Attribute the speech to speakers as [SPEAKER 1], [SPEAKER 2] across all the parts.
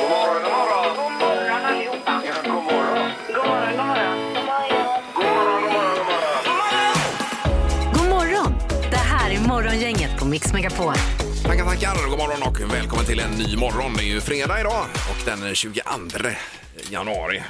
[SPEAKER 1] God morgon, god morgon.
[SPEAKER 2] God morgon allihopa.
[SPEAKER 1] Ja, god morgon.
[SPEAKER 2] God morgon, god morgon.
[SPEAKER 1] God morgon, god morgon, god morgon.
[SPEAKER 3] God morgon! Det här är Morgongänget på Mix Megapol.
[SPEAKER 4] Tackar, tackar. God morgon och välkommen till en ny morgon. Det är ju fredag idag och den 22 januari.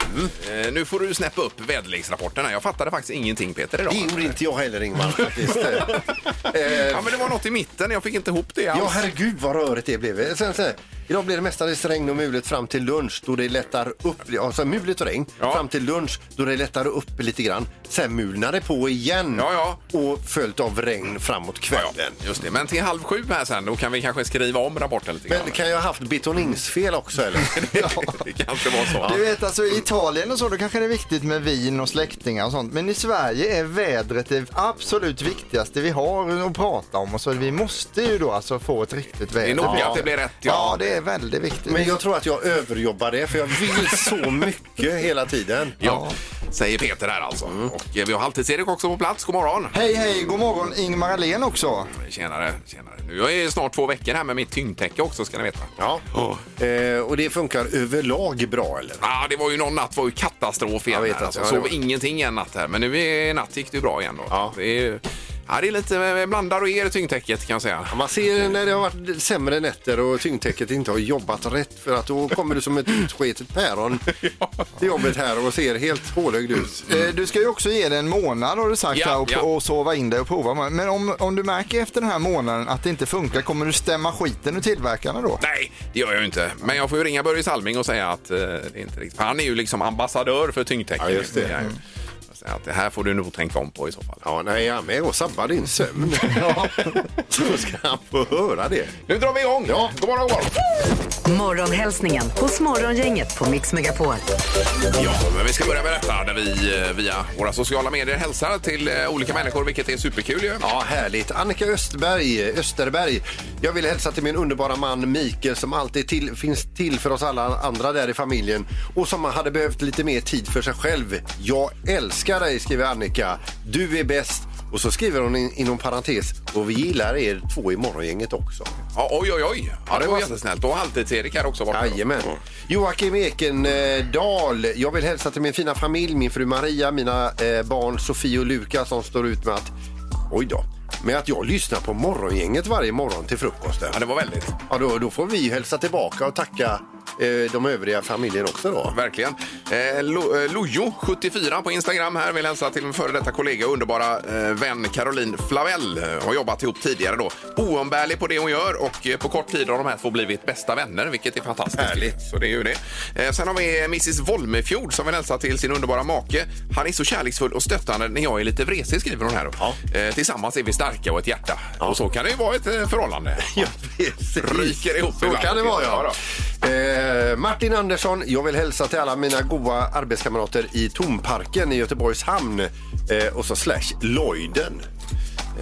[SPEAKER 5] Mm.
[SPEAKER 4] Eh, nu får du snäppa upp väderleksrapporterna. Jag fattade faktiskt ingenting Peter idag.
[SPEAKER 5] Det gjorde inte jag heller Ingmar faktiskt. Eh,
[SPEAKER 4] Ja, men det var något i mitten. Jag fick inte ihop det
[SPEAKER 5] ja
[SPEAKER 4] alls.
[SPEAKER 5] herregud vad rörigt det blev. Eh, Sen, sen, idag blir det mestadels regn och mulet fram till lunch då det lättar upp. Alltså mulet och regn
[SPEAKER 4] Ja.
[SPEAKER 5] fram till lunch då det lättar upp lite grann. Sen mulnar det på igen
[SPEAKER 4] Ja,
[SPEAKER 5] och följt av regn framåt kvällen.
[SPEAKER 4] Ja, ja, just det. Men till halv sju här sen, då kan vi kanske skriva om rapporten lite grann.
[SPEAKER 5] Men kan jag ha haft betoningsfel också eller?
[SPEAKER 4] det kan inte vara så.
[SPEAKER 6] Du vet alltså i Italien och så då kanske det är viktigt med vin och släktingar och sånt. Men i Sverige är vädret det absolut viktigaste vi har att prata om. Och så vi måste ju då alltså få ett riktigt väder.
[SPEAKER 4] Det är noga att det blir rätt, ja.
[SPEAKER 6] Ja, det är väldigt viktigt.
[SPEAKER 5] Men jag tror att jag överjobbar det för jag vill så mycket hela tiden.
[SPEAKER 4] Ja, säger Peter här alltså.
[SPEAKER 5] Mm.
[SPEAKER 4] Och eh, vi har Halvtids-Erik också på plats. God morgon.
[SPEAKER 6] Hej hej, god morgon Ingmar Ahlén också.
[SPEAKER 4] Tjenare, tjenare. Nu är jag snart två veckor här med mitt tyngdtäcke också ska ni veta.
[SPEAKER 5] Ja. Eh, och det funkar överlag bra eller?
[SPEAKER 4] Ja, det var ju någon natt var ju katastrof igen.
[SPEAKER 5] Jag vet
[SPEAKER 4] här,
[SPEAKER 5] att-
[SPEAKER 4] alltså.
[SPEAKER 5] ja, det
[SPEAKER 4] Sov
[SPEAKER 5] var-
[SPEAKER 4] ingenting en natt här, men nu i natt gick det ju bra igen. Då.
[SPEAKER 5] Ja.
[SPEAKER 4] Det, är, ju- ja, det är lite eh, blandar och ger i tyngdtäcket kan jag säga.
[SPEAKER 5] Ja, Man ser när det har varit sämre nätter och tyngdtäcket inte har jobbat rätt för att då kommer du som ett utsketet päron till jobbet här och ser helt hålögd ut.
[SPEAKER 6] Eh, Du ska ju också ge det en månad har du sagt
[SPEAKER 4] Mm. Ja,
[SPEAKER 6] här och,
[SPEAKER 4] ja.
[SPEAKER 6] och sova in dig och prova. Men om, om du märker efter den här månaden att det inte funkar, kommer du stämma skiten ur tillverkarna då?
[SPEAKER 4] Nej, det gör jag ju inte. Men jag får ju ringa Börje Salming och säga att eh, det är inte riktigt. För han är ju liksom ambassadör för tyngdtäcket.
[SPEAKER 5] Ja, just det.
[SPEAKER 4] Jag ju- jag säger Att det här får du nog tänka om på i så fall.
[SPEAKER 5] Ja, nej, jag är med och sabbar din sömn. Ja. Så ska han få höra det.
[SPEAKER 4] Nu drar vi igång! Ja. God morgon, god morgon!
[SPEAKER 3] Morgonhälsningen hos Morgongänget på Mix Megapol.
[SPEAKER 4] Ja, men vi ska börja med detta där vi eh, via våra sociala medier hälsar till eh, olika människor, vilket är superkul ju.
[SPEAKER 5] Ja, härligt. Annika Östberg, Österberg. Jag vill hälsa till min underbara man Mikael som alltid till, finns till för oss alla andra där i familjen och som hade behövt lite mer tid för sig själv. Jag älskar dig, skriver Annika. Du är bäst. Och så skriver hon in, inom parentes och vi gillar er två i morgongänget också.
[SPEAKER 4] Ja, oj, oj, oj. Ja, det var jättesnällt. Och Halvtids-Erik här också. Var det.
[SPEAKER 5] Jajamän. Joakim Ekendal. Jag vill hälsa till min fina familj, min fru Maria, mina eh, barn Sofie och Lukas som står ut med att... Oj då. Med att jag lyssnar på Morgongänget varje morgon till frukosten.
[SPEAKER 4] Ja, det var väldigt.
[SPEAKER 5] Ja, då, då får vi ju hälsa tillbaka och tacka eh, de övriga familjen också då.
[SPEAKER 4] Verkligen. Eh, Lo- eh, Lojo74 på Instagram här vill hälsa till en före detta kollega och underbara eh, vän Caroline Flavell. Eh, Har jobbat ihop tidigare då. Oumbärlig på det hon gör och eh, på kort tid har de här två blivit bästa vänner, vilket är fantastiskt. Härligt. Så det är ju det. Eh, sen har vi Mrs Volmefjord som vill hälsa till sin underbara make. Han är så kärleksfull och stöttande när jag är lite vresig, skriver hon här.
[SPEAKER 5] Ja.
[SPEAKER 4] Eh, tillsammans är vi starka och ett hjärta. Och så kan det ju vara i ett eh, förhållande.
[SPEAKER 5] Ja, precis.
[SPEAKER 4] Ryker ihop
[SPEAKER 5] Så
[SPEAKER 4] ibland.
[SPEAKER 5] kan det vara,
[SPEAKER 4] Ja,
[SPEAKER 5] ja. Eh, Martin Andersson, jag vill hälsa till alla mina goa arbetskamrater i Tomparken i Göteborgs hamn eh, och så slash Lloyden.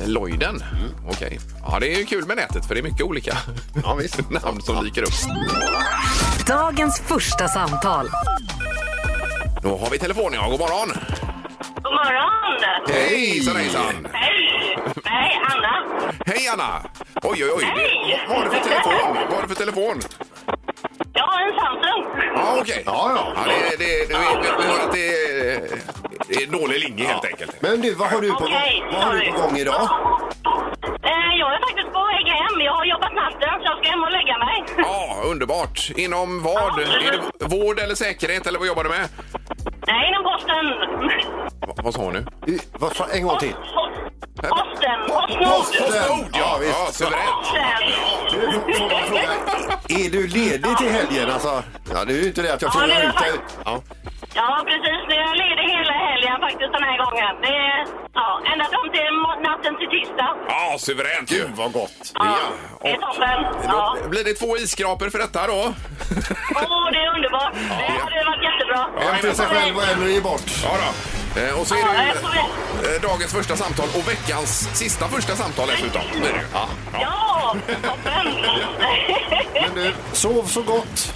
[SPEAKER 4] Eh, Lloyden? Okej. Ja, det är ju kul med nätet för det är mycket olika
[SPEAKER 5] Mm. Ja, visst.
[SPEAKER 4] namn som dyker upp.
[SPEAKER 3] Dagens första samtal.
[SPEAKER 4] Då har vi telefon, ja. God morgon!
[SPEAKER 2] God morgon.
[SPEAKER 4] Hej! Hejsan, hejsan!
[SPEAKER 2] Hej! Nej, Anna.
[SPEAKER 4] Hej, Anna! Oj, oj, oj!
[SPEAKER 2] Hej!
[SPEAKER 4] Vad har du för telefon? Vad har du för telefon?
[SPEAKER 2] Jag har en Samsung.
[SPEAKER 4] Ja, okej.
[SPEAKER 5] Ja, ja.
[SPEAKER 4] det, det, det, vi, vi hör att det är, det är dålig linje helt enkelt.
[SPEAKER 5] Men du, vad har du på,
[SPEAKER 2] Okej,
[SPEAKER 5] vad har du
[SPEAKER 2] sorry.
[SPEAKER 5] på gång idag?
[SPEAKER 2] Eh, jag är faktiskt på väg hem. Jag har jobbat natten så jag ska hem och lägga mig.
[SPEAKER 4] Ja, underbart. Inom vad? Är det vård eller säkerhet eller vad jobbar du med?
[SPEAKER 2] Nej, inom posten.
[SPEAKER 4] Va, vad sa hon nu?
[SPEAKER 5] I- Vad sa, en gång till.
[SPEAKER 2] Posten. Postnord.
[SPEAKER 4] Postnord, ja!
[SPEAKER 5] Ja, visst.
[SPEAKER 4] ja suveränt.
[SPEAKER 2] Posten.
[SPEAKER 5] Du, får- får man fråga, Är du ledig till helgen? Alltså, ja, det är ju inte det att jag
[SPEAKER 2] Ja, det
[SPEAKER 5] frågar
[SPEAKER 2] är
[SPEAKER 5] ut dig.
[SPEAKER 2] faktiskt-
[SPEAKER 5] Ja.
[SPEAKER 2] Ja, precis. Jag är ledig hela helgen faktiskt den här gången. Det är, ja, ända fram till mo- natten till tisdag.
[SPEAKER 4] Ja, suveränt ju!
[SPEAKER 5] Gud, vad gott.
[SPEAKER 2] Ja,
[SPEAKER 4] Ja,
[SPEAKER 2] det är
[SPEAKER 4] och-
[SPEAKER 2] toppen. Ja.
[SPEAKER 4] Då blir det två isskrapor för detta då.
[SPEAKER 2] Åh, det är underbart. Det hade varit jättebra.
[SPEAKER 4] Ja,
[SPEAKER 5] En till sig själv och en och ge bort.
[SPEAKER 4] Ja då. Eh, Och så är
[SPEAKER 2] Ja,
[SPEAKER 4] det
[SPEAKER 2] jag får väl-
[SPEAKER 4] ju eh, dagens första samtal och veckans sista första samtal dessutom. Det är det ju. Ja.
[SPEAKER 2] Ja, toppen!
[SPEAKER 5] Men du, sov så gott.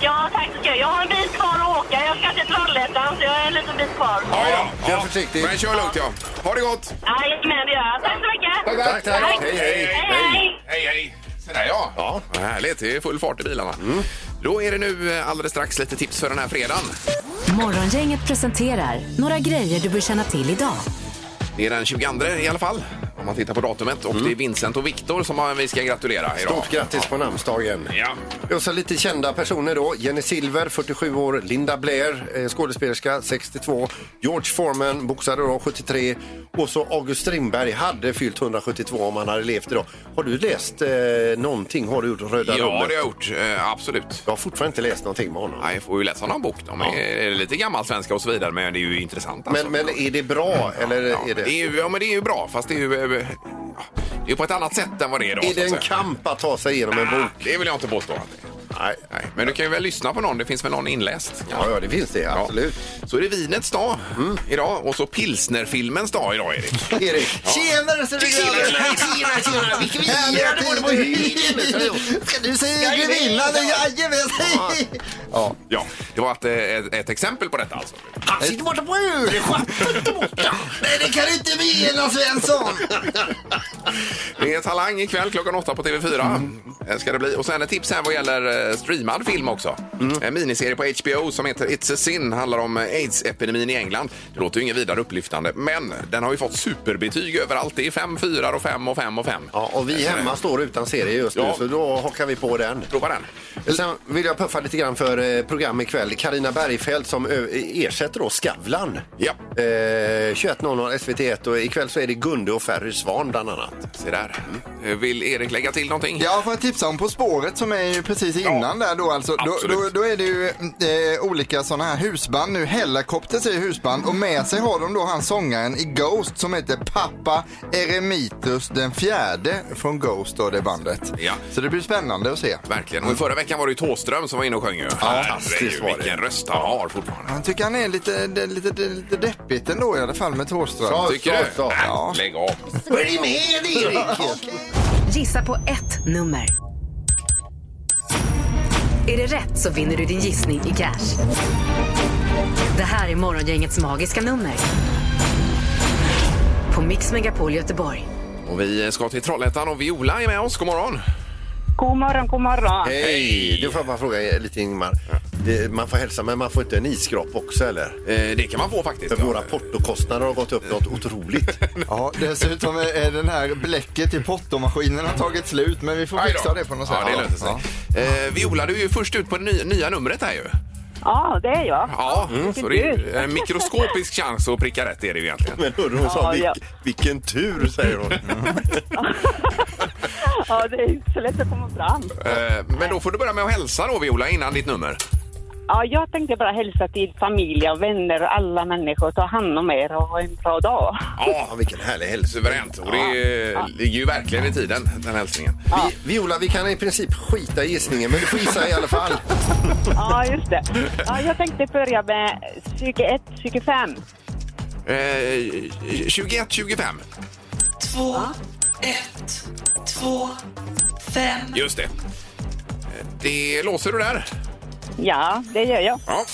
[SPEAKER 2] ja, tack så mycket. Jag har en bit kvar att åka. Jag ska till Trollhättan, så jag är en liten bit kvar.
[SPEAKER 4] Ja, ja.
[SPEAKER 5] Kör
[SPEAKER 4] Ja.
[SPEAKER 5] försiktigt.
[SPEAKER 4] Men kör lugnt ja. Ha det gott!
[SPEAKER 2] Jajamän, det gör jag. Tack så mycket!
[SPEAKER 5] Tack, tack. Hej, hej.
[SPEAKER 2] Hej, hej.
[SPEAKER 4] Hej, hej. Sådär ja.
[SPEAKER 5] Ja.
[SPEAKER 4] Vad Härligt, det är full fart i bilarna.
[SPEAKER 5] Mm.
[SPEAKER 4] Då är det nu eh, alldeles strax lite tips för den här fredagen.
[SPEAKER 3] Morgongänget presenterar några grejer du bör känna till idag.
[SPEAKER 4] Det är den 22 i alla fall, om man tittar på datumet. Och det är Vincent och Viktor som har- vi ska gratulera idag.
[SPEAKER 5] Mm. Stort grattis på namnsdagen.
[SPEAKER 4] Ja.
[SPEAKER 5] Och så lite kända personer då. Jenny Silver, 47 år. Linda Blair, eh, skådespelerska, 62. George Foreman, boxare då, 73. Och så August Strindberg hade fyllt 172 om han hade levt idag. Har du läst eh, någonting? Har du gjort
[SPEAKER 4] Ja,
[SPEAKER 5] Röda
[SPEAKER 4] det har
[SPEAKER 5] rummet?
[SPEAKER 4] jag gjort. Eh, absolut.
[SPEAKER 5] Jag har fortfarande inte läst någonting med honom.
[SPEAKER 4] Nej, jag får ju läsa någon bok. De är är lite gammalsvenska och så vidare, men det är ju intressant. alltså.
[SPEAKER 5] Men, men är det bra eller
[SPEAKER 4] ja, men
[SPEAKER 5] är
[SPEAKER 4] det
[SPEAKER 5] det...
[SPEAKER 4] är ju, ja, men det är ju bra, fast det är ju, eh, ja, det är på ett annat sätt än vad det är idag.
[SPEAKER 5] Är
[SPEAKER 4] så
[SPEAKER 5] det
[SPEAKER 4] att
[SPEAKER 5] en
[SPEAKER 4] säga.
[SPEAKER 5] kamp att ta sig igenom en bok?
[SPEAKER 4] Det vill jag inte påstå. att det är.
[SPEAKER 5] Nej.
[SPEAKER 4] Nej, men du kan ju väl lyssna på någon. Det finns väl någon inläst?
[SPEAKER 5] Ja, ja, det finns det.
[SPEAKER 4] Ja.
[SPEAKER 5] Absolut. Mm.
[SPEAKER 4] Så är det vinets dag idag och så pilsnerfilmens dag idag, Erik.
[SPEAKER 5] Erik.
[SPEAKER 6] Tjenare ser du
[SPEAKER 5] Tjena, tjena! Vilken
[SPEAKER 6] Ska du säga grevinnan? Jajamensan! Ja,
[SPEAKER 4] Ja, det var ett, eh, ett, ett exempel på detta alltså.
[SPEAKER 5] Han sitter borta på ölschatten där borta. Nej, det kan inte mena Svensson.
[SPEAKER 4] Det är Talang ikväll klockan åtta på TV4.
[SPEAKER 5] Mm.
[SPEAKER 4] Eh, Ska det bli. Och sen ett tips här vad gäller eh, streamad film också.
[SPEAKER 5] Mm.
[SPEAKER 4] En miniserie på HBO som heter It's a sin handlar om eh, aids-epidemin i England. Det låter ju inget vidare upplyftande, men den har ju fått superbetyg överallt. Det är fem, fyra och fem och fem och fem.
[SPEAKER 5] Ja, och vi hemma står utan serie just nu,
[SPEAKER 4] Ja.
[SPEAKER 5] så då hakar vi på den.
[SPEAKER 4] Prova den.
[SPEAKER 5] Sen vill jag puffa lite grann för eh, program ikväll. Karina Bergfeldt som ö- ersätter då Skavlan.
[SPEAKER 4] Ja,
[SPEAKER 5] Eh, 21.00 SVT1 och ikväll så är det Gunde och Ferry Svan bland annat.
[SPEAKER 4] se där.
[SPEAKER 5] Mm.
[SPEAKER 4] Eh, Vill Erik lägga till någonting?
[SPEAKER 6] Ja, får jag tipsa om På spåret som är ju precis innan där då alltså. Då,
[SPEAKER 4] absolut.
[SPEAKER 6] då, då är det ju eh, olika sådana här husband nu. Hellacopters är ju husband och med sig har de då han sångaren i Ghost som heter Pappa Eremitus den fjärde från Ghost då det bandet.
[SPEAKER 4] Ja.
[SPEAKER 6] Så det blir spännande att se.
[SPEAKER 4] Verkligen. Och i förra veckan var det ju Thåström som var inne och sjöng. ju. Herregud,
[SPEAKER 5] var det.
[SPEAKER 4] Vilken röst han har fortfarande.
[SPEAKER 6] Jag tycker han är lite, det, lite, det, lite deppigt ändå i alla fall med Thåström.
[SPEAKER 5] Ja,
[SPEAKER 4] Tycker
[SPEAKER 5] så,
[SPEAKER 4] du?
[SPEAKER 5] så.
[SPEAKER 4] Nej,
[SPEAKER 6] Ja.
[SPEAKER 4] Lägg av.
[SPEAKER 5] Följ med Erik!
[SPEAKER 3] Gissa på ett nummer. Är det rätt så vinner du din gissning i cash. Det här är Morgongängets magiska nummer. På Mix Megapol Göteborg.
[SPEAKER 4] Och vi ska till Trollhättan och Viola är med oss. God morgon.
[SPEAKER 2] God morgon, god morgon.
[SPEAKER 5] Hej! Du får jag bara fråga eh, lite Ingmar. Det, man får hälsa men man får inte en isskrap också eller?
[SPEAKER 4] Eh, det kan man få faktiskt.
[SPEAKER 5] För våra portokostnader har gått upp något otroligt.
[SPEAKER 6] Ja, dessutom är- är den här bläcket i pottomaskinen har tagit slut men vi får
[SPEAKER 4] Aj då.
[SPEAKER 6] fixa det på något sätt.
[SPEAKER 4] Ja, det löser sig.
[SPEAKER 6] Ja.
[SPEAKER 4] Eh, Viola, du är ju först ut på det nya, nya numret här ju.
[SPEAKER 2] Ja, det är jag.
[SPEAKER 4] Ja, så det
[SPEAKER 2] gud.
[SPEAKER 4] är en mikroskopisk chans att pricka rätt är det ju egentligen.
[SPEAKER 5] Men hörde hon sa
[SPEAKER 2] Ja, ja.
[SPEAKER 5] vilk, vilken tur säger hon.
[SPEAKER 2] Ja, det är inte så lätt att komma fram.
[SPEAKER 4] Eh, men då får du börja med att hälsa då Viola innan ditt nummer.
[SPEAKER 2] Ja, jag tänkte bara hälsa till familj och vänner och alla människor. Ta hand om er och ha en bra dag.
[SPEAKER 4] Ja,
[SPEAKER 5] Ja, vilken härlig hälsning.
[SPEAKER 4] suveränt. Och det eh, ligger ju verkligen i tiden, den hälsningen.
[SPEAKER 5] Vi, Viola, vi kan i princip skita i gissningen men du får gissa i alla fall.
[SPEAKER 2] Ja, just det. Ja, jag tänkte börja med 21, 25.
[SPEAKER 4] Eh, 21, 25.
[SPEAKER 7] två, ett, två, fem.
[SPEAKER 4] Just det. Eh, Det låser du där.
[SPEAKER 2] Ja, det gör jag.
[SPEAKER 4] Ja.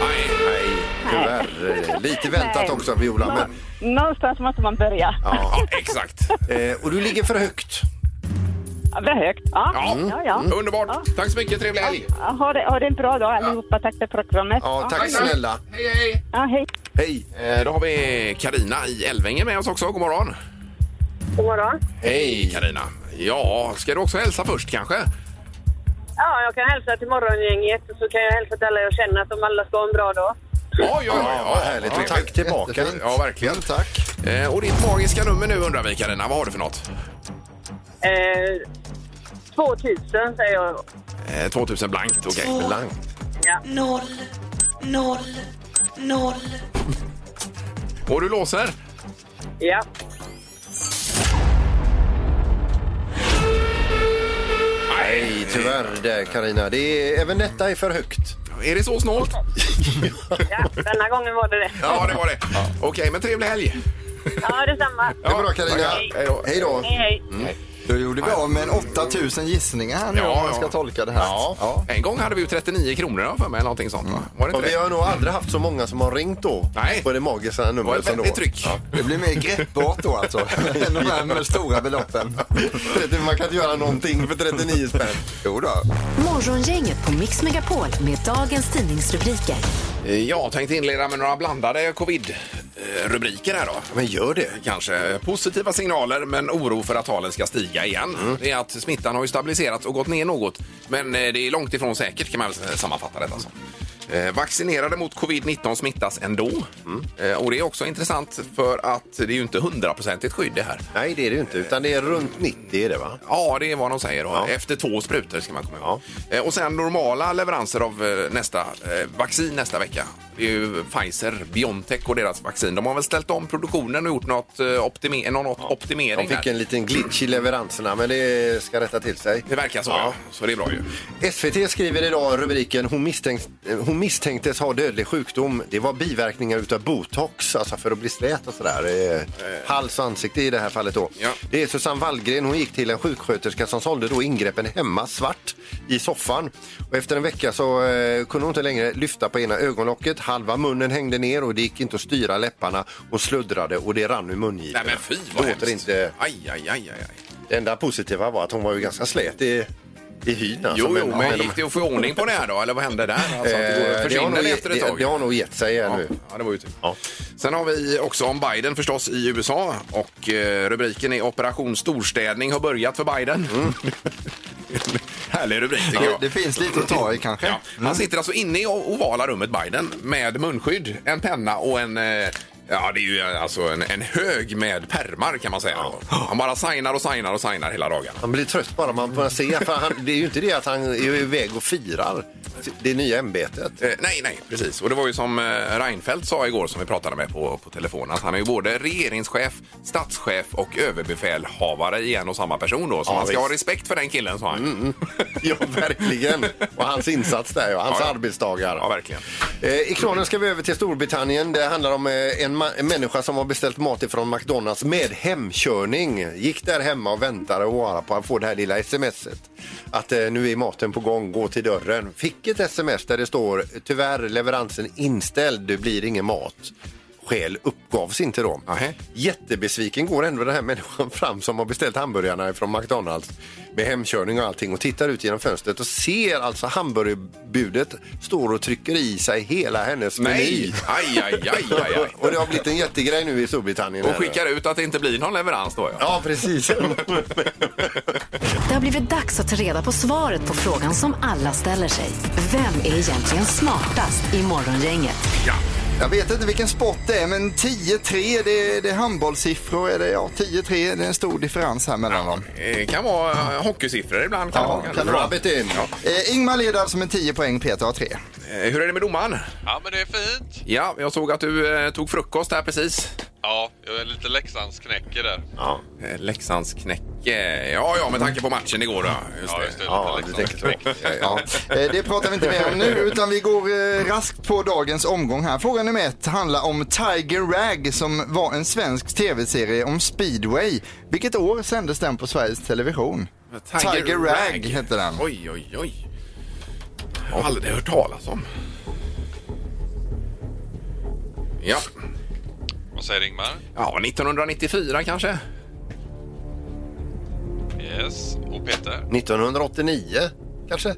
[SPEAKER 4] Nej,
[SPEAKER 5] Nej, tyvärr. Eh, Lite väntat också Viola. Men,
[SPEAKER 2] Någonstans måste man börja.
[SPEAKER 5] ja.
[SPEAKER 4] ja, exakt.
[SPEAKER 5] eh, och du ligger för högt.
[SPEAKER 2] Ja, det är högt. Ja,
[SPEAKER 4] Ja.
[SPEAKER 2] Mm. ja. ja.
[SPEAKER 5] Mm.
[SPEAKER 4] Underbart. Tack så mycket. Trevlig helg.
[SPEAKER 2] Ja, ha, det, ha det en bra dag allihopa. Tack för programmet.
[SPEAKER 5] Ja, tack snälla.
[SPEAKER 4] Hej, hej.
[SPEAKER 2] Ja, hej.
[SPEAKER 5] Hej!
[SPEAKER 4] Eh, Då har vi Karina i Älvängen med oss också. God morgon.
[SPEAKER 2] God morgon.
[SPEAKER 4] Hej, Karina. Ja, ska du också hälsa först kanske?
[SPEAKER 2] Ja, jag kan hälsa till morgongänget och så kan jag hälsa till alla jag känner att de alla ska ha en bra dag.
[SPEAKER 4] Ja, ja,
[SPEAKER 5] Ja, vad härligt. Och tack tillbaka.
[SPEAKER 6] Jättefint.
[SPEAKER 4] Ja, verkligen.
[SPEAKER 6] Ja, Tack.
[SPEAKER 4] Eh, Och ditt magiska nummer nu undrar vi, Karina. Vad har du för något?
[SPEAKER 2] Eh, 2000 säger jag.
[SPEAKER 4] Eh, 2000 blankt, okej.
[SPEAKER 7] Två,
[SPEAKER 5] Lang.
[SPEAKER 7] noll, noll, noll.
[SPEAKER 4] Och du låser?
[SPEAKER 2] Ja.
[SPEAKER 5] Nej, tyvärr där Carina. Det är, även detta är för högt.
[SPEAKER 4] Är det så snålt?
[SPEAKER 2] ja, denna gången var det det.
[SPEAKER 4] Ja, det var det. Okej, men trevlig helg.
[SPEAKER 2] Ja, detsamma.
[SPEAKER 5] Det är bra Carina.
[SPEAKER 4] Hej då.
[SPEAKER 5] Hej då.
[SPEAKER 2] Hej, hej.
[SPEAKER 6] Då gjorde vi av med en 8000 gissningar här nu om man ska tolka det här.
[SPEAKER 4] Ja. En gång hade vi ju 39 kronor har jag för mig, eller någonting sånt. va? Var det
[SPEAKER 5] Och
[SPEAKER 4] inte
[SPEAKER 5] vi
[SPEAKER 4] det?
[SPEAKER 5] har nog aldrig haft så många som har ringt då.
[SPEAKER 4] Nej.
[SPEAKER 5] På det magiska
[SPEAKER 4] Det var ett
[SPEAKER 5] numret som då.
[SPEAKER 4] väldigt tryck.
[SPEAKER 6] Det blir mer greppbart då alltså, än de här med stora beloppen.
[SPEAKER 5] 30, man kan inte göra någonting för 39 spänn.
[SPEAKER 6] Jo då.
[SPEAKER 3] Morgongänget på Mix Megapol med dagens tidningsrubriker.
[SPEAKER 4] Eh, Jag tänkte inleda med några blandade covid-rubriker här då.
[SPEAKER 5] Men gör det.
[SPEAKER 4] Kanske positiva signaler men oro för att talen ska stiga igen.
[SPEAKER 5] Mm.
[SPEAKER 4] Det är att smittan har ju stabiliserats och gått ner något men eh, det är långt ifrån säkert kan man väl, eh, sammanfatta detta som. Eh, Vaccinerade mot covid-19 smittas ändå.
[SPEAKER 5] Mm.
[SPEAKER 4] Eh, Och det är också intressant för att det är ju inte hundraprocentigt skydd det här.
[SPEAKER 5] Nej, det är det ju inte. Utan det är runt 90 är det va?
[SPEAKER 4] Ja, det är vad de säger. Då.
[SPEAKER 5] Ja.
[SPEAKER 4] Efter två sprutor ska man komma ihåg. Eh, Och sen normala leveranser av eh, nästa eh, vaccin nästa vecka. Det är ju Pfizer, Biontech och deras vaccin. De har väl ställt om produktionen och gjort något eh, optime- någon ja.
[SPEAKER 5] De
[SPEAKER 4] optimering
[SPEAKER 5] fick
[SPEAKER 4] där.
[SPEAKER 5] en liten glitch i leveranserna, men det ska rätta till sig.
[SPEAKER 4] Det verkar så, ja. Så det är bra ju.
[SPEAKER 5] SVT skriver idag rubriken hon, misstänkt, eh, hon misstänktes ha dödlig sjukdom. Det var biverkningar utav botox, alltså för att bli slät och sådär. Eh, Hals och ansikte i det här fallet då.
[SPEAKER 4] Ja.
[SPEAKER 5] Det är Susanne Wallgren, hon gick till en sjuksköterska som sålde då ingreppen hemma svart i soffan. Och efter en vecka så eh, kunde hon inte längre lyfta på ena ögonlocket, halva munnen hängde ner och det gick inte att styra läpparna och sluddrade och det rann ur mungiporna.
[SPEAKER 4] Nej men fy vad
[SPEAKER 5] Det låter
[SPEAKER 4] hemskt.
[SPEAKER 5] inte...
[SPEAKER 4] Aj, aj, aj, aj. aj.
[SPEAKER 5] Det enda positiva var att hon var ju ganska slät i, i hyn. alltså,
[SPEAKER 4] Jo, jo,
[SPEAKER 5] ja,
[SPEAKER 4] men
[SPEAKER 5] de-
[SPEAKER 4] gick det att få ordning på det här då? Eller vad hände där? Alltså, att det går-
[SPEAKER 5] Eh, det, har
[SPEAKER 4] försvinner
[SPEAKER 5] nog
[SPEAKER 4] det
[SPEAKER 5] gett,
[SPEAKER 4] efter ett
[SPEAKER 5] det,
[SPEAKER 4] tag?
[SPEAKER 5] det har nog gett sig här
[SPEAKER 4] Ja,
[SPEAKER 5] nu.
[SPEAKER 4] ja, det var ju tur.
[SPEAKER 5] Ja.
[SPEAKER 4] Sen har vi också om Biden förstås i USA och eh, rubriken är Operation storstädning har börjat för Biden. Härlig rubrik tycker
[SPEAKER 6] Det,
[SPEAKER 4] jag.
[SPEAKER 6] det finns lite att ta i kanske.
[SPEAKER 4] Ja. Han sitter alltså inne i o- ovala rummet Biden med munskydd, en penna och en eh, Ja, det är ju eh, alltså en, en hög med permar kan man säga. Han bara signar och signar och signar hela dagarna.
[SPEAKER 5] Han blir trött bara man får se. För han, det är ju inte det att han är iväg och firar det nya ämbetet.
[SPEAKER 4] Eh, nej, nej, precis. Och det var ju som eh, Reinfeldt sa igår som vi pratade med på, på telefon att han är ju både regeringschef, statschef och överbefälhavare i en och samma person då. Så
[SPEAKER 5] Ja,
[SPEAKER 4] man ska
[SPEAKER 5] visst.
[SPEAKER 4] ha respekt för den killen, sa han.
[SPEAKER 5] Ja, verkligen. Och hans insats där, ja. hans
[SPEAKER 4] Ja, ja.
[SPEAKER 5] arbetsdagar.
[SPEAKER 4] Ja, verkligen.
[SPEAKER 5] Eh, I kranen ska vi över till Storbritannien. Det handlar om eh, en, ma- en människa som har beställt mat ifrån McDonalds med hemkörning. Gick där hemma och väntade och vara på att få det här lilla smset. Att eh, nu är maten på gång, gå till dörren. Fick ett sms där det står tyvärr leveransen inställd, det blir ingen mat. Skäl uppgavs inte då.
[SPEAKER 4] Nähä.
[SPEAKER 5] Jättebesviken går ändå den här människan fram som har beställt hamburgarna från McDonalds med hemkörning och allting och tittar ut genom fönstret och ser alltså hamburgerbudet står och trycker i sig hela hennes meny.
[SPEAKER 4] Nej! Aj, aj, aj, aj, aj.
[SPEAKER 5] och det har blivit en jättegrej nu i Storbritannien.
[SPEAKER 4] Och
[SPEAKER 5] här.
[SPEAKER 4] skickar ut att det inte blir någon leverans då, ja.
[SPEAKER 5] Ja, precis.
[SPEAKER 3] Det har blivit dags att ta reda på svaret på frågan som alla ställer sig. Vem är egentligen smartast i Morgongänget?
[SPEAKER 4] ja.
[SPEAKER 6] Jag vet inte vilken sport det är, men 10-3 det, är- det är handbollssiffror. Är det, ja, 10-3 det är en stor differens här mellan dem.
[SPEAKER 4] Eh, kan vara eh, hockeysiffror ibland. Kan
[SPEAKER 6] Ja,
[SPEAKER 4] vara,
[SPEAKER 6] kan det vara.
[SPEAKER 4] vara.
[SPEAKER 5] Rub it in.
[SPEAKER 6] Eh, Ingmar leder alltså med 10 poäng, Peter har 3.
[SPEAKER 4] Eh, Hur är det med domaren?
[SPEAKER 8] Ja, men det är fint.
[SPEAKER 4] Ja, jag såg att du eh, tog frukost här precis.
[SPEAKER 8] Ja, jag är lite Leksandsknäcke där.
[SPEAKER 5] Ja,
[SPEAKER 4] Eh, Leksandsknäcke. Ja, ja, med tanke på matchen igår. Då. Just
[SPEAKER 8] Ja,
[SPEAKER 4] det.
[SPEAKER 8] just det.
[SPEAKER 5] ja,
[SPEAKER 8] lite
[SPEAKER 5] du tänker
[SPEAKER 8] Leksandsknäck.
[SPEAKER 5] så. Ja, ja.
[SPEAKER 6] Ja, eh, det pratar vi inte mer om nu utan vi går eh, raskt på dagens omgång här. Fråga nummer ett handlar om Tiger Rag som var en svensk tv-serie om speedway. Vilket år sändes den på Sveriges Television? Tiger, Rag, hette den.
[SPEAKER 4] Oj, oj, oj. Jag har aldrig hört talas om. Ja.
[SPEAKER 8] Vad säger Ingmar?
[SPEAKER 4] ja, 1994 kanske?
[SPEAKER 8] Yes. Och Peter?
[SPEAKER 5] 1989, kanske?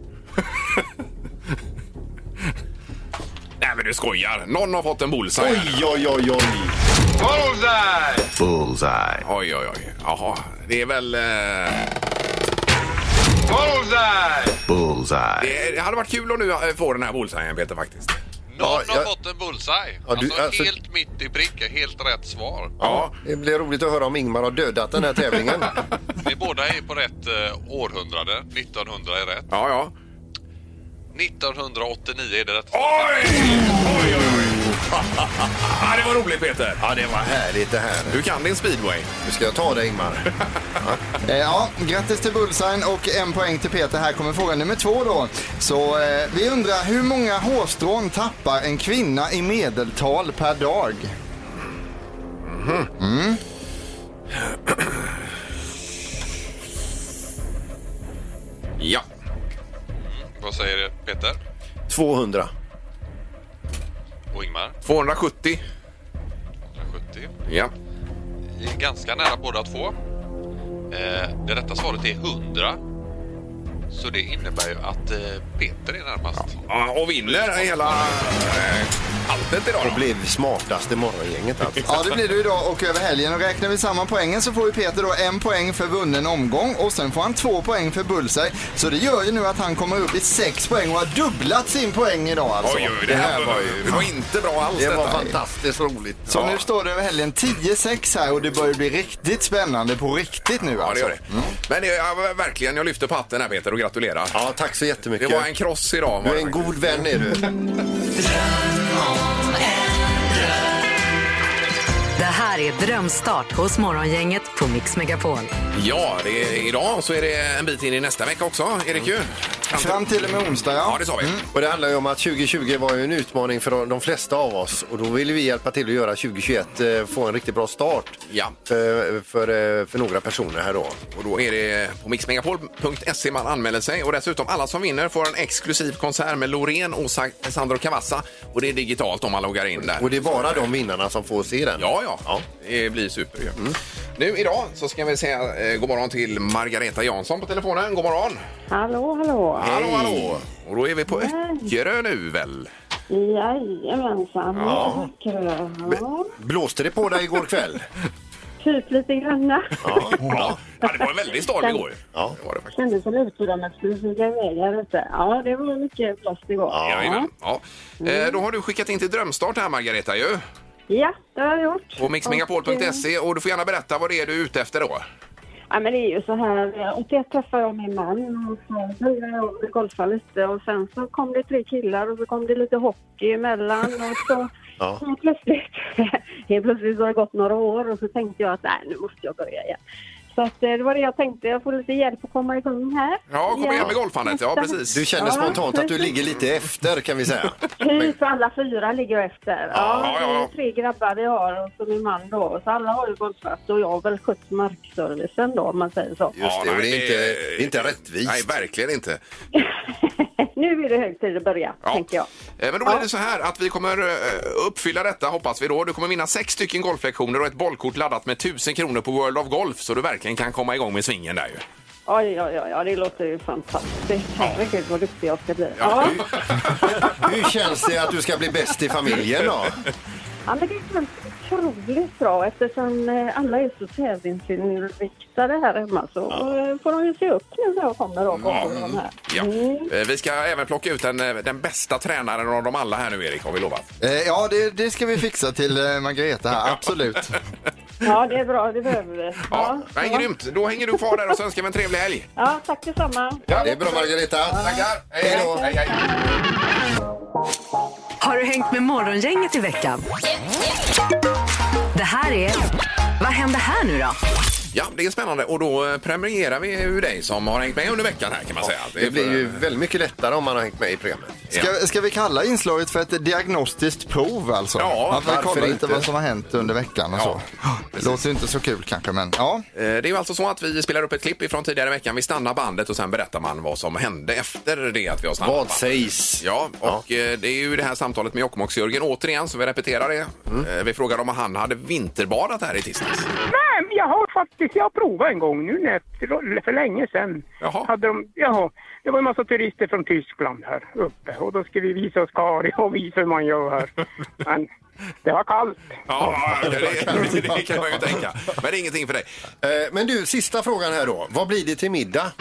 [SPEAKER 4] Nej, men du skojar. Någon har fått en bullseye.
[SPEAKER 5] Oj,
[SPEAKER 4] här.
[SPEAKER 5] oj, oj,
[SPEAKER 4] oj,
[SPEAKER 5] oj.
[SPEAKER 4] oj, oj. Jaha, det är väl... Eh... Det, det hade varit kul om du eh, får den här bullseyen, Peter, faktiskt.
[SPEAKER 8] Någon
[SPEAKER 5] Ja, jag-
[SPEAKER 8] har fått en bullseye.
[SPEAKER 5] Ja, du-
[SPEAKER 8] alltså,
[SPEAKER 5] alltså-
[SPEAKER 8] helt mitt i pricken, helt rätt svar.
[SPEAKER 4] Ja.
[SPEAKER 5] Det blir roligt att höra om Ingmar har dödat den här tävlingen.
[SPEAKER 8] Vi båda är på rätt eh, århundrade. 1900 är rätt.
[SPEAKER 4] Ja, ja.
[SPEAKER 8] 1989 är det rätt svar.
[SPEAKER 4] Oj! Oj, oj, oj. ja, det var roligt, Peter.
[SPEAKER 5] Ja, det var härligt det här.
[SPEAKER 4] Du kan din speedway.
[SPEAKER 5] Nu ska jag ta det, Ingmar.
[SPEAKER 6] Eh, Ja, grattis till Bullseye och en poäng till Peter. Här kommer fråga nummer två då. Så eh, vi undrar hur många hårstrån tappar en kvinna i medeltal per dag?
[SPEAKER 5] 200.
[SPEAKER 8] Och Ingmar,
[SPEAKER 4] 270.
[SPEAKER 8] 170.
[SPEAKER 4] Ja.
[SPEAKER 8] Ni är ganska nära båda två. Eh, det rätta svaret är 100. Så det innebär ju att eh, Peter är närmast.
[SPEAKER 4] Ja, Och vinner hela eh, alltet idag.
[SPEAKER 5] Och blev smartaste morgongänget alltså.
[SPEAKER 6] Ja, det blir du idag och över helgen. Och räknar vi samman poängen så får ju Peter då en poäng för vunnen omgång och sen får han två poäng för bullseye. Så det gör ju nu att han kommer upp i sex poäng och har dubblat sin poäng idag alltså.
[SPEAKER 4] Oj, oj, det här var ju... Det var inte bra alls
[SPEAKER 5] Det var
[SPEAKER 4] detta.
[SPEAKER 5] fantastiskt roligt.
[SPEAKER 6] Så nu står det över helgen 10-6 här och det börjar bli riktigt spännande på riktigt nu
[SPEAKER 4] Ja, det
[SPEAKER 6] alltså.
[SPEAKER 4] gör det. Men det, ja, verkligen, jag lyfter på hatten här Peter och gratulerar.
[SPEAKER 5] Ja, tack så
[SPEAKER 4] Det
[SPEAKER 5] jättemycket.
[SPEAKER 4] var en kross idag.
[SPEAKER 5] Du
[SPEAKER 4] var
[SPEAKER 5] är
[SPEAKER 4] det
[SPEAKER 5] en
[SPEAKER 4] faktiskt.
[SPEAKER 5] god vän är du.
[SPEAKER 3] Det här är Drömstart hos Morgongänget på Mix Megapol.
[SPEAKER 4] Ja, det är, idag så är det en bit in i nästa vecka också, Erik ju.
[SPEAKER 6] Fram till och med onsdag ja.
[SPEAKER 4] Ja, det sa vi.
[SPEAKER 5] Och det handlar ju om att 2020 var ju en utmaning för de flesta av oss och då vill vi hjälpa till att göra 2021, eh, få en riktigt bra start
[SPEAKER 4] Ja.
[SPEAKER 5] för, för, eh, för några personer här då.
[SPEAKER 4] Och då är det på mixmegapol.se man anmäler sig. Och dessutom, alla som vinner får en exklusiv konsert med Loreen och Sa- Sandro Cavazza. Och det är digitalt om man loggar in där.
[SPEAKER 5] Och det är bara de vinnarna som får se den.
[SPEAKER 4] Ja, ja, Det blir super ju. Mm. Nu idag så ska vi säga eh, god morgon till Margareta Jansson på telefonen. God morgon!
[SPEAKER 9] Hallå, hallå.
[SPEAKER 4] Hallå, hallå! Och då är vi på Öckerö nu väl?
[SPEAKER 9] Jajamensan. Ja. Ja.
[SPEAKER 5] Blåste det på dig igår kväll?
[SPEAKER 9] Typ lite granna.
[SPEAKER 4] Ja. ja. det var en väldig storm igår.
[SPEAKER 5] Ja.
[SPEAKER 4] Det var det faktiskt.
[SPEAKER 9] Kändes som utsidan att skulle flyga iväg här ute. Ja, det var mycket plast igår.
[SPEAKER 4] Jajamän. Ja. Eh, Då har du skickat in till Drömstart här Margareta ju.
[SPEAKER 9] Ja, det har jag gjort. eh,
[SPEAKER 4] På mixmegapol.se och du får gärna berätta vad det är du är ute efter då.
[SPEAKER 9] Ja, men det är ju så här. eh, 81 träffade jag min man och så började jag och golfade lite och sen så kom det tre killar och så kom det lite hockey emellan och så
[SPEAKER 5] Ja.
[SPEAKER 9] helt plötsligt, helt plötsligt så har det gått några år och så tänkte jag att nej, nu måste jag börja igen. Så att, eh, det var det jag tänkte. Jag får lite hjälp att komma igång här.
[SPEAKER 4] Ja, kom igen med golfandet. Ja, precis.
[SPEAKER 5] Du känner
[SPEAKER 9] Ja,
[SPEAKER 5] spontant att du
[SPEAKER 9] precis.
[SPEAKER 5] ligger lite efter kan vi säga.
[SPEAKER 9] Typ alla fyra ligger jag efter. Ja,
[SPEAKER 4] Ja, ja, ja.
[SPEAKER 9] det är Tre grabbar vi har och så min man då. Så alla har ju golfat och jag har väl skött markservicen då om man säger så.
[SPEAKER 5] Just det,
[SPEAKER 4] nej,
[SPEAKER 5] och det är inte, det är inte rättvist.
[SPEAKER 4] Nej, verkligen inte.
[SPEAKER 9] nu är det hög tid att börja,
[SPEAKER 4] Ja.
[SPEAKER 9] tänker jag.
[SPEAKER 4] Eh, Men då blir det så här att vi kommer eh, uppfylla detta hoppas vi då. Du kommer vinna sex stycken golflektioner och ett bollkort laddat med 1000 kronor på World of Golf så du verkligen kan komma igång med svingen där ju.
[SPEAKER 9] Oj, oj, oj, oj, det låter ju fantastiskt. Herregud vad duktig jag ska bli. Ja.
[SPEAKER 4] Ja.
[SPEAKER 5] Hur känns det att du ska bli bäst i familjen då?
[SPEAKER 9] Ja, men det känns otroligt bra eftersom eh, alla är så tävlingsinriktade här hemma så eh, får de ju se upp nu när jag kommer då. bakom dem här.
[SPEAKER 4] Ja.
[SPEAKER 9] Mm.
[SPEAKER 4] Eh, Vi ska även plocka ut den, eh, den bästa tränaren av dem alla här nu Erik har vi lovat.
[SPEAKER 6] Eh, ja, det, det ska vi fixa till eh, Margareta här, absolut.
[SPEAKER 9] ja, det är bra, det behöver vi.
[SPEAKER 4] Ja, nej, grymt. Då hänger du kvar där och så önskar vi en trevlig helg.
[SPEAKER 9] ja tack detsamma.
[SPEAKER 5] Det är bra Margareta.
[SPEAKER 4] Tackar. Hej då. Hej, hej.
[SPEAKER 3] Har du hängt med Morgongänget i veckan? Det här är... Vad händer här nu då?
[SPEAKER 4] Ja, det är spännande. Och då eh, premierar vi ju dig som har hängt med under veckan här kan man säga.
[SPEAKER 5] Det blir
[SPEAKER 4] för-
[SPEAKER 5] ju väldigt mycket lättare om man har hängt med i programmet.
[SPEAKER 6] Ska, ska vi kalla inslaget för ett diagnostiskt prov alltså?
[SPEAKER 4] Ja,
[SPEAKER 6] Att vi
[SPEAKER 5] varför
[SPEAKER 6] kollar lite
[SPEAKER 5] inte?
[SPEAKER 6] vad som har hänt under veckan och
[SPEAKER 4] Ja,
[SPEAKER 6] så. Det låter ju inte så kul kanske, men ja.
[SPEAKER 4] Eh, Det är ju alltså så att vi spelar upp ett klipp ifrån tidigare veckan. Vi stannar bandet och sen berättar man vad som hände efter det att vi har stannat
[SPEAKER 5] Vad
[SPEAKER 4] bandet.
[SPEAKER 5] sägs?
[SPEAKER 4] Ja, och eh, det är ju det här samtalet med Jokkmokks-Jörgen återigen, så vi repeterar det.
[SPEAKER 5] Mm.
[SPEAKER 4] Eh, Vi frågar om han hade vinterbadat här i tisdags.
[SPEAKER 10] Nej, men jag har faktiskt, jag har provat en gång nu när, för länge sedan.
[SPEAKER 4] Jaha.
[SPEAKER 10] Hade de, jaha, det var en massa turister från Tyskland här uppe och då skulle vi visa oss Kari och visa hur man gör här. Men det var kallt.
[SPEAKER 4] Ja, det, det, det kan man ju tänka. Men det är ingenting för dig.
[SPEAKER 5] Eh, Men du, sista frågan här då. Vad blir det till middag?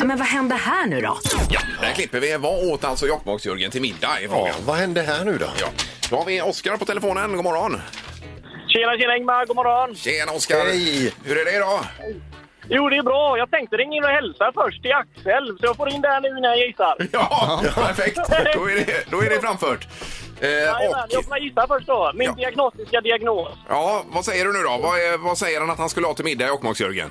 [SPEAKER 3] Men vad händer här nu då?
[SPEAKER 4] Ja, där klipper vi. Vad åt alltså Jokkmokks-Jörgen till middag? i
[SPEAKER 5] Ja,
[SPEAKER 4] frågan?
[SPEAKER 5] vad hände här nu då?
[SPEAKER 4] Ja. Då har vi Oskar på telefonen. God morgon!
[SPEAKER 10] Tjena, tjena Ingmar, god morgon.
[SPEAKER 4] Tjena Oskar!
[SPEAKER 5] Hej.
[SPEAKER 4] Hur är det idag?
[SPEAKER 10] Jo, det är bra. Jag tänkte ringa in och hälsa först till Axel, så jag får in där nu när jag gissar.
[SPEAKER 4] Ja, perfekt! Då är det, då är det framfört. Eh,
[SPEAKER 10] Jajamän,
[SPEAKER 4] och,
[SPEAKER 10] jag får gissa först då. Min
[SPEAKER 4] Ja.
[SPEAKER 10] diagnostiska diagnos.
[SPEAKER 4] ja, vad säger du nu då? Vad, är- vad säger han att han skulle ha till middag i Jokkmokks-Jörgen?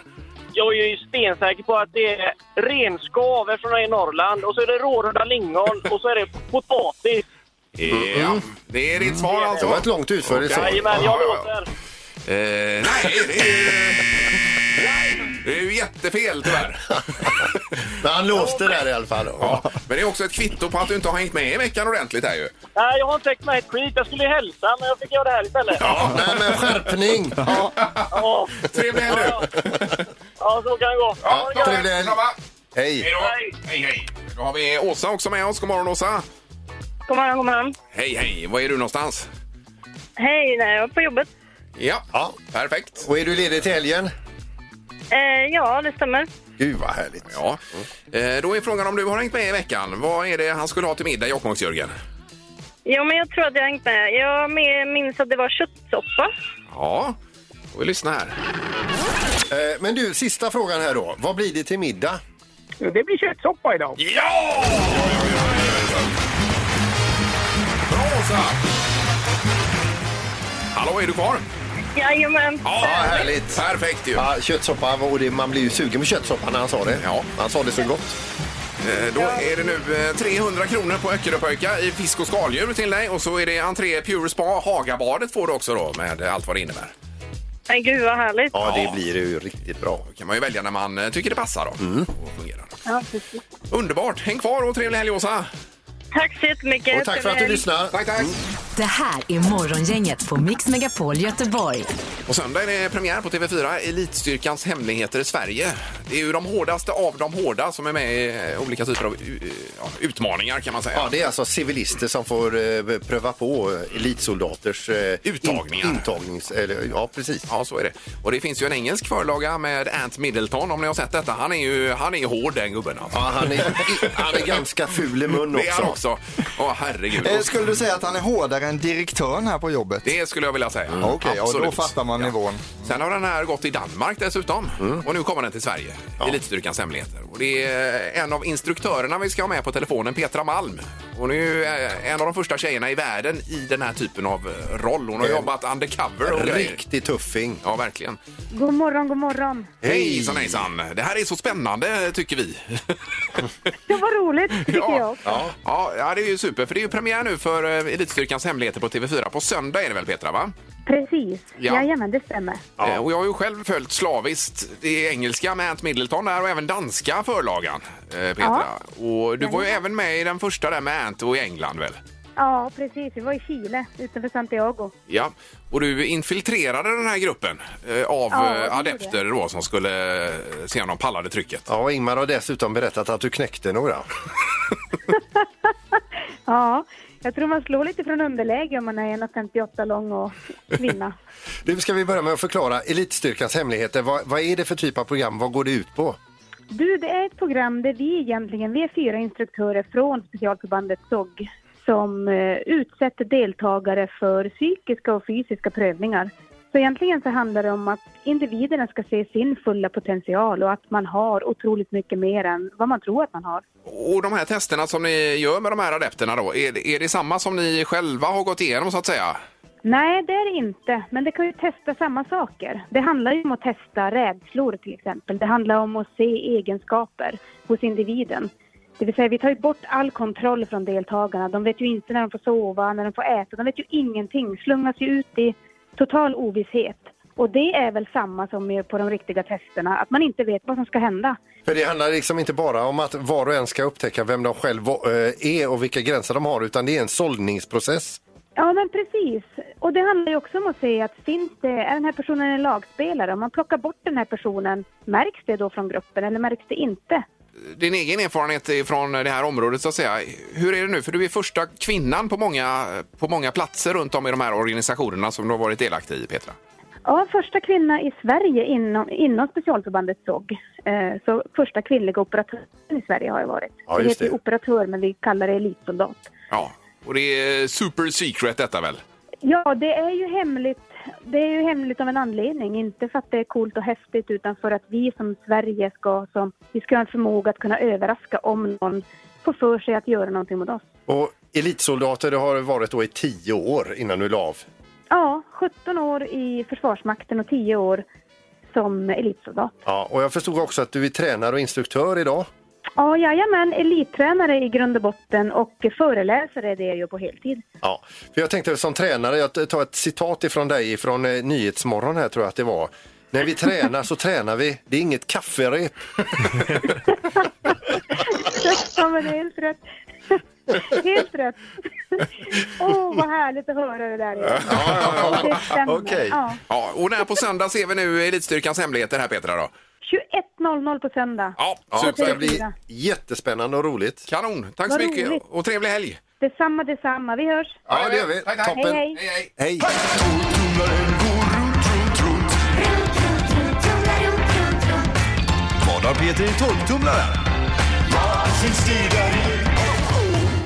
[SPEAKER 10] Jag är ju stensäker på att det är renskav eftersom jag är i Norrland och så är det råröda lingon och så är det potatis.
[SPEAKER 4] Ja, Mm. det är ditt svar
[SPEAKER 5] Det
[SPEAKER 4] alltså?
[SPEAKER 5] var ett långt utförligt svar.
[SPEAKER 10] Jajamän, jag
[SPEAKER 4] Ja, ja, ja.
[SPEAKER 10] låter.
[SPEAKER 4] Eh, nej, det är... Det är ju jätte... lite fel tyvärr.
[SPEAKER 5] Men han låste där i alla fall.
[SPEAKER 4] Ja, men det är också ett kvitto på att du inte har hängt med i veckan ordentligt här ju.
[SPEAKER 10] Nej, jag har inte täckt mig ett skit. Jag skulle hälsa, men jag fick göra det här istället.
[SPEAKER 5] Ja, nej men skärpning! Ja,
[SPEAKER 10] Ja,
[SPEAKER 4] Trevlig helg nu!
[SPEAKER 10] ja så kan det gå.
[SPEAKER 4] Ja, då-
[SPEAKER 5] trevlig helg.
[SPEAKER 4] Bra, va?
[SPEAKER 5] Hej!
[SPEAKER 4] Hej då! Hej, hej! Då har vi Åsa också med oss. God morgon Åsa!
[SPEAKER 2] God morgon, god morgon.
[SPEAKER 4] Hej, hej! Var är du någonstans?
[SPEAKER 2] Hej, nej, jag är på jobbet.
[SPEAKER 4] Ja,
[SPEAKER 5] Ja.
[SPEAKER 4] perfekt.
[SPEAKER 5] Och är du ledig till helgen?
[SPEAKER 2] Eh, ja, det stämmer.
[SPEAKER 5] Gud vad härligt.
[SPEAKER 4] Ja. Eh, Då är frågan om du har hängt med i veckan. Vad är det han skulle ha till middag, Jokkmokks-Jörgen?
[SPEAKER 2] Jo, men jag tror att jag hängt med. Jag med- minns att det var köttsoppa.
[SPEAKER 4] Ja, får vi lyssna här.
[SPEAKER 5] Eh, Men du, sista frågan här då. Vad blir det till middag?
[SPEAKER 10] Det blir köttsoppa idag.
[SPEAKER 4] Ja! Bra Åsa! Hallå, är du kvar?
[SPEAKER 2] Jajamän.
[SPEAKER 4] Ja, härligt! Perfekt ju!
[SPEAKER 5] Ja, köttsoppa, och det, man blir ju sugen på köttsoppa när han sa det.
[SPEAKER 4] Ja.
[SPEAKER 5] Han sa det så gott.
[SPEAKER 4] Eh, Då är det nu eh, 300 kronor på Öckeröpöjka i fisk och skaldjur till dig och så är det entré Pure Spa Hagabadet får du också då med allt vad det innebär.
[SPEAKER 2] Nej, gud vad härligt.
[SPEAKER 5] Ja, det blir ju riktigt bra.
[SPEAKER 4] Då kan man ju välja när man eh, tycker det passar då. Och fungerar. Underbart! Häng kvar och trevlig helg Åsa!
[SPEAKER 2] Tack så jättemycket.
[SPEAKER 5] Och tack för att du lyssnar.
[SPEAKER 4] Tack, tack!
[SPEAKER 3] Det här är Morgongänget på Mix Megapol Göteborg.
[SPEAKER 4] Och söndag är det premiär på TV4, Elitstyrkans hemligheter i Sverige. Det är ju de hårdaste av de hårda som är med i eh, olika typer av eh, ja, utmaningar kan man säga.
[SPEAKER 5] Ja, det är alltså civilister som får eh, pröva på elitsoldaters eh,
[SPEAKER 4] Uttagningar.
[SPEAKER 5] In, intagnings, eller, ja, precis.
[SPEAKER 4] Ja, så är det. Och det finns ju en engelsk förlaga med Ant Middleton om ni har sett detta. Han är ju han är ju hård den gubben alltså.
[SPEAKER 5] Ja, han, är, han är ganska ful i mun
[SPEAKER 4] Det är han
[SPEAKER 5] också.
[SPEAKER 4] också. Åh, herregud.
[SPEAKER 6] Eh, skulle du säga att han är hårdare än direktören här på jobbet?
[SPEAKER 4] Det skulle jag vilja säga.
[SPEAKER 6] Mm. Okej, ja, då
[SPEAKER 4] Absolut.
[SPEAKER 6] fattar man nivån.
[SPEAKER 4] Sen har den här gått i Danmark dessutom och nu kommer den till Sverige. Elitstyrkans hemligheter. Och det är en av instruktörerna vi ska ha med på telefonen, Petra Malm. Hon är ju eh, en av de första tjejerna i världen i den här typen av eh, roll. Hon har
[SPEAKER 5] Eh,
[SPEAKER 4] jobbat undercover och grejer.
[SPEAKER 5] Riktig tuffing.
[SPEAKER 4] Ja, verkligen.
[SPEAKER 9] God morgon, god morgon.
[SPEAKER 4] Hejsan, hejsan. Det här är så spännande, tycker vi.
[SPEAKER 9] Det var roligt, tycker jag.
[SPEAKER 4] Ja. Ja, ja, det är ju super. För det är ju premiär nu för eh, Elitstyrkans hemligheter på TV4. På söndag är det väl, Petra? va?
[SPEAKER 9] Precis.
[SPEAKER 4] Ja.
[SPEAKER 9] Jajamän, det stämmer.
[SPEAKER 4] Eh, Och jag har ju själv följt slaviskt det engelska med Ant Middleton där och även danska förlagan, eh, Petra. Och du var ju även med i den första där med Ant och i England väl?
[SPEAKER 9] Ja, precis. Vi var i Chile, utanför Santiago.
[SPEAKER 4] Ja, och du infiltrerade den här gruppen eh, av
[SPEAKER 9] Ja,
[SPEAKER 4] eh,
[SPEAKER 9] det
[SPEAKER 4] adepter då som skulle eh, se om de pallade trycket.
[SPEAKER 5] Ja, och Ingmar har dessutom berättat att du knäckte några.
[SPEAKER 9] Ja, jag tror man slår lite från underläge om man är 1,58 lång och kvinna.
[SPEAKER 5] Nu ska vi börja med att förklara Elitstyrkans hemligheter. Vad, vad är det för typ av program? Vad går det ut på?
[SPEAKER 9] Du, det är ett program där vi egentligen, vi är fyra instruktörer från specialförbandet SOG som eh, utsätter deltagare för psykiska och fysiska prövningar. Så egentligen så handlar det om att individerna ska se sin fulla potential och att man har otroligt mycket mer än vad man tror att man har.
[SPEAKER 4] Och de här testerna som ni gör med de här adepterna då, är, det- är det samma som ni själva har gått igenom så att säga?
[SPEAKER 9] Nej, det är det inte. Men det kan ju testa samma saker. Det handlar ju om att testa rädslor till exempel. Det handlar om att se egenskaper hos individen. Det vill säga, vi tar ju bort all kontroll från deltagarna. De vet ju inte när de får sova, när de får äta. De vet ju ingenting. Slungas ju ut i total ovisshet. Och det är väl samma som ju på de riktiga testerna, att man inte vet vad som ska hända.
[SPEAKER 5] För det handlar liksom inte bara om att var och en ska upptäcka vem de själva eh, är och vilka gränser de har, utan det är en sållningsprocess.
[SPEAKER 9] Ja, men precis. Och det handlar ju också om att se att finns det, är den här personen en lagspelare? Om man plockar bort den här personen, märks det då från gruppen eller märks det inte?
[SPEAKER 4] Din egen erfarenhet från det här området så att säga. Hur är det nu? För du är första kvinnan på många, på många platser runt om i de här organisationerna som du har varit delaktig i Petra.
[SPEAKER 9] Ja, första kvinna i Sverige inom, inom specialförbandet SOG. Eh, så första kvinnliga operatören i Sverige har jag varit.
[SPEAKER 5] Ja,
[SPEAKER 9] det
[SPEAKER 5] just
[SPEAKER 9] heter ju
[SPEAKER 5] det.
[SPEAKER 9] operatör, men vi kallar det elitsoldat.
[SPEAKER 4] Ja, och det är super secret detta väl?
[SPEAKER 9] Ja, det är ju hemligt. Det är ju hemligt av en anledning, inte för att det är coolt och häftigt utan för att vi som Sverige ska, som, vi ska ha en förmåga att kunna överraska om någon får för sig att göra någonting mot oss.
[SPEAKER 5] Och elitsoldater det har varit då i tio år innan du la av.
[SPEAKER 9] Ja, 17 år i Försvarsmakten och 10 år som elitsoldat.
[SPEAKER 5] Ja, och jag förstod också att du är tränare och instruktör idag.
[SPEAKER 9] Ja, jajamän, elittränare i grund och botten och föreläsare är det jag gör på heltid.
[SPEAKER 5] Ja, för jag tänkte som tränare, jag tar ett citat ifrån dig från Nyhetsmorgon eh, här tror jag att det var. När vi tränar så tränar vi. Det är inget kafferep.
[SPEAKER 9] ja, men det är helt rätt. Helt rätt. Åh, oh, vad härligt att höra det där. Ja,
[SPEAKER 4] ja, ja.
[SPEAKER 9] Det stämmer.
[SPEAKER 6] Okej.
[SPEAKER 9] Ja.
[SPEAKER 4] Ja, och när på söndag ser vi nu Elitstyrkans hemligheter här Petra då.
[SPEAKER 9] 21.00 på söndag.
[SPEAKER 4] Ja,
[SPEAKER 5] Ja, det
[SPEAKER 4] super.
[SPEAKER 5] ska bli jättespännande och roligt.
[SPEAKER 4] Kanon. Tack så
[SPEAKER 9] Vad
[SPEAKER 4] mycket
[SPEAKER 9] roligt.
[SPEAKER 4] och trevlig helg.
[SPEAKER 9] Detsamma, detsamma. Vi hörs.
[SPEAKER 5] Ja, det gör vi.
[SPEAKER 4] Tack, tack.
[SPEAKER 9] Hej,
[SPEAKER 5] Toppen.
[SPEAKER 9] hej.
[SPEAKER 4] Hej, hej.
[SPEAKER 6] Hej!
[SPEAKER 11] Vad har Peter i tolvtumlaren?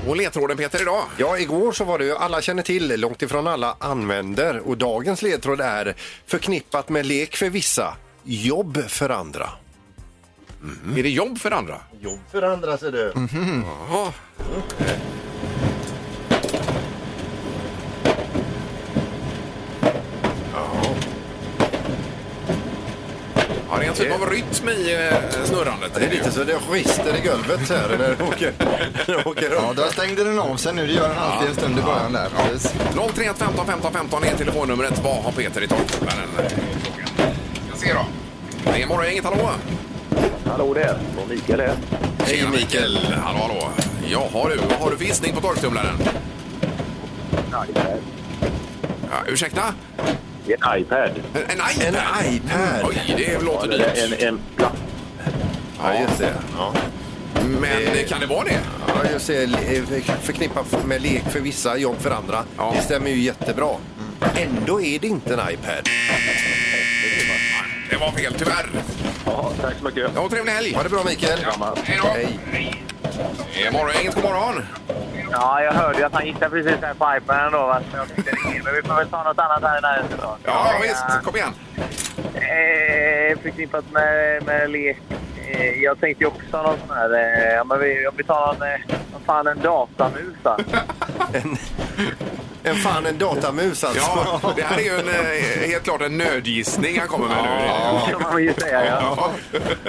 [SPEAKER 4] Och ledtråden Peter idag.
[SPEAKER 5] Ja, igår så var det ju alla känner till, långt ifrån alla använder. Och dagens ledtråd är förknippat med lek för vissa, jobb för andra.
[SPEAKER 4] Är det jobb för andra? Mhm.
[SPEAKER 5] Jobb för andra ser du.
[SPEAKER 4] Jaha. Ja. Ja, det är en typ av rytm i eh, snurrandet.
[SPEAKER 5] Det är lite så det brister i golvet här när du åker, när du åker
[SPEAKER 6] Ja,
[SPEAKER 5] upp.
[SPEAKER 6] där stängde den av sig nu. Det gör den alltid en stund i början där. Precis.
[SPEAKER 4] 031 15 15 15 är telefonnumret. Vad har Peter i toppklubben? Jag ser då. Det är morgongänget, hallå!
[SPEAKER 11] Hallå där, och Mikael här.
[SPEAKER 4] Hej Mikael! Hallå, hallå! Jaha du, vad har du för gissning på torktumlaren?
[SPEAKER 11] En
[SPEAKER 4] Ja, ursäkta?
[SPEAKER 11] iPad. En iPad.
[SPEAKER 4] En iPad?
[SPEAKER 5] En iPad.
[SPEAKER 4] Oj, det låter
[SPEAKER 11] Ja, det är
[SPEAKER 4] dyrt.
[SPEAKER 11] En, en platt.
[SPEAKER 5] Ja, just det. Ja.
[SPEAKER 4] Men kan det vara det?
[SPEAKER 5] Ja, just det. Le- Förknippat med lek för vissa, jobb för andra.
[SPEAKER 4] Ja.
[SPEAKER 5] Det stämmer ju jättebra. Ändå är det inte en iPad.
[SPEAKER 4] Det var fel, tyvärr.
[SPEAKER 11] Ja, tack så mycket.
[SPEAKER 4] Ja, trevlig helg!
[SPEAKER 5] Ha det bra Mikael.
[SPEAKER 4] Hej då!
[SPEAKER 5] Hej.
[SPEAKER 4] Det är morgongänget, god Eh, morgon!
[SPEAKER 10] Ja, jag hörde ju att han gissade precis här på iPaden då. va? Så jag tyckte det gick. Men vi får väl ta något annat här i närheten då.
[SPEAKER 4] Ja, visst, kom igen!
[SPEAKER 10] Eh, förknippat med, med lek. Eh, jag tänkte ju också någon sån här... Eh, ja, men vi, om vi tar någon... Eh, vad fan, en datamus va?
[SPEAKER 5] En fan, en datamus alltså.
[SPEAKER 4] Ja, det här är ju en, eh, helt klart en nödgissning han kommer med nu.
[SPEAKER 10] kan man ju säga. Ja.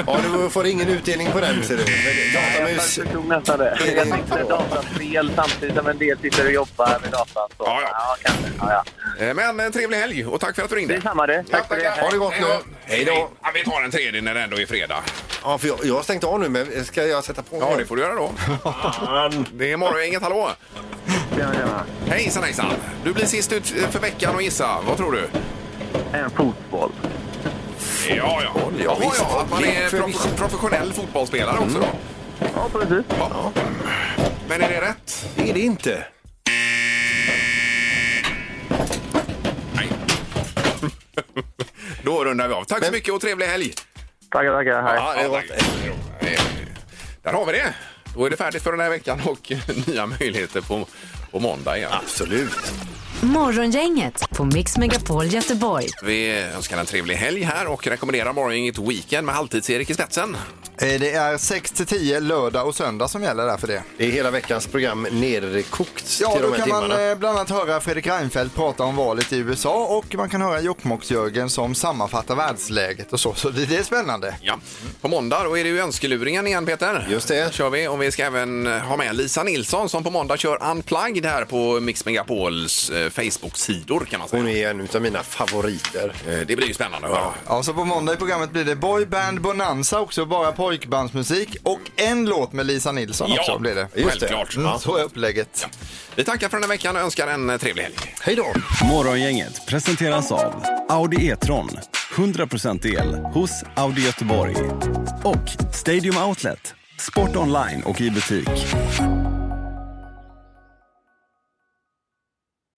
[SPEAKER 5] Ja, du får ingen utdelning på den ser du. Men
[SPEAKER 10] Jag
[SPEAKER 5] Datamus.
[SPEAKER 10] förstod nästan det.
[SPEAKER 5] Det är
[SPEAKER 10] Jag
[SPEAKER 5] inte
[SPEAKER 10] tänkte
[SPEAKER 5] bra.
[SPEAKER 10] dataspel samtidigt som en del sitter och jobbar med datan. Så.
[SPEAKER 4] Ja, ja.
[SPEAKER 10] kanske. Ja, ja.
[SPEAKER 4] Eh, Men eh, trevlig helg och tack för att du ringde.
[SPEAKER 10] Detsamma du. Tack för det.
[SPEAKER 4] tackar.
[SPEAKER 5] Ha det gott nu.
[SPEAKER 4] Hej då. Ja, vi tar en tredje när det ändå är fredag.
[SPEAKER 5] Ja, för jag, jag har stängt av nu, men ska jag sätta på
[SPEAKER 4] Ja,
[SPEAKER 5] den?
[SPEAKER 4] det får du göra då. Det är morgongänget, hallå!
[SPEAKER 10] Tjena, tjena.
[SPEAKER 4] Hejsan hejsan! Du blir sist ut eh, för veckan och gissa. Vad tror du?
[SPEAKER 10] En fotboll.
[SPEAKER 4] Ja, ja. Jaha,
[SPEAKER 5] visst.
[SPEAKER 4] ja, att man är Mm.
[SPEAKER 5] För
[SPEAKER 4] prof
[SPEAKER 5] visst.
[SPEAKER 4] professionell fotbollsspelare också då.
[SPEAKER 10] Ja, precis.
[SPEAKER 4] Ja. Men är det rätt?
[SPEAKER 5] Det är det inte.
[SPEAKER 4] Nej. Då rundar vi av. Tack så mycket och trevlig helg!
[SPEAKER 10] Tackar, tackar. Hej.
[SPEAKER 5] Ja, det är
[SPEAKER 4] tack. Eh, Där har vi det! Då är det färdigt för den här veckan och nya möjligheter på, på måndag igen.
[SPEAKER 5] Absolut.
[SPEAKER 3] Morgongänget på Mix Megapol Göteborg.
[SPEAKER 4] Vi önskar en trevlig helg här och rekommenderar Morgongänget Weekend med Halvtids-Erik i spetsen.
[SPEAKER 6] Eh, Det är 6 till 10 lördag och söndag som gäller där för det.
[SPEAKER 5] Det är hela veckans program nerkokt
[SPEAKER 6] Ja,
[SPEAKER 5] till
[SPEAKER 6] då
[SPEAKER 5] de här
[SPEAKER 6] kan man
[SPEAKER 5] timmarna.
[SPEAKER 6] eh, bland annat höra Fredrik Reinfeldt prata om valet i USA och man kan höra Jokkmokks-Jörgen som sammanfattar världsläget och så. Så det, det är spännande.
[SPEAKER 4] Ja. På måndag då är det ju önskeluringen igen Peter.
[SPEAKER 5] Just det.
[SPEAKER 4] kör vi och vi ska även ha med Lisa Nilsson som på måndag kör Unplugged här på Mix Megapols eh, Facebook-sidor kan man säga.
[SPEAKER 5] Hon är en av mina favoriter.
[SPEAKER 4] Eh, Det blir ju spännande att höra.
[SPEAKER 6] Ja, så på måndag i programmet blir det Boyband Bonanza också, bara pojkbandsmusik och en låt med Lisa Nilsson också blir det.
[SPEAKER 5] just det.
[SPEAKER 4] självklart.
[SPEAKER 6] Mm, så är upplägget.
[SPEAKER 4] Vi tackar för den här veckan och önskar en eh, trevlig helg.
[SPEAKER 5] Hej då!
[SPEAKER 11] Morgongänget presenteras av Audi E-tron. 100% el hos Audi Göteborg. Och Stadium Outlet. Sport online och i butik.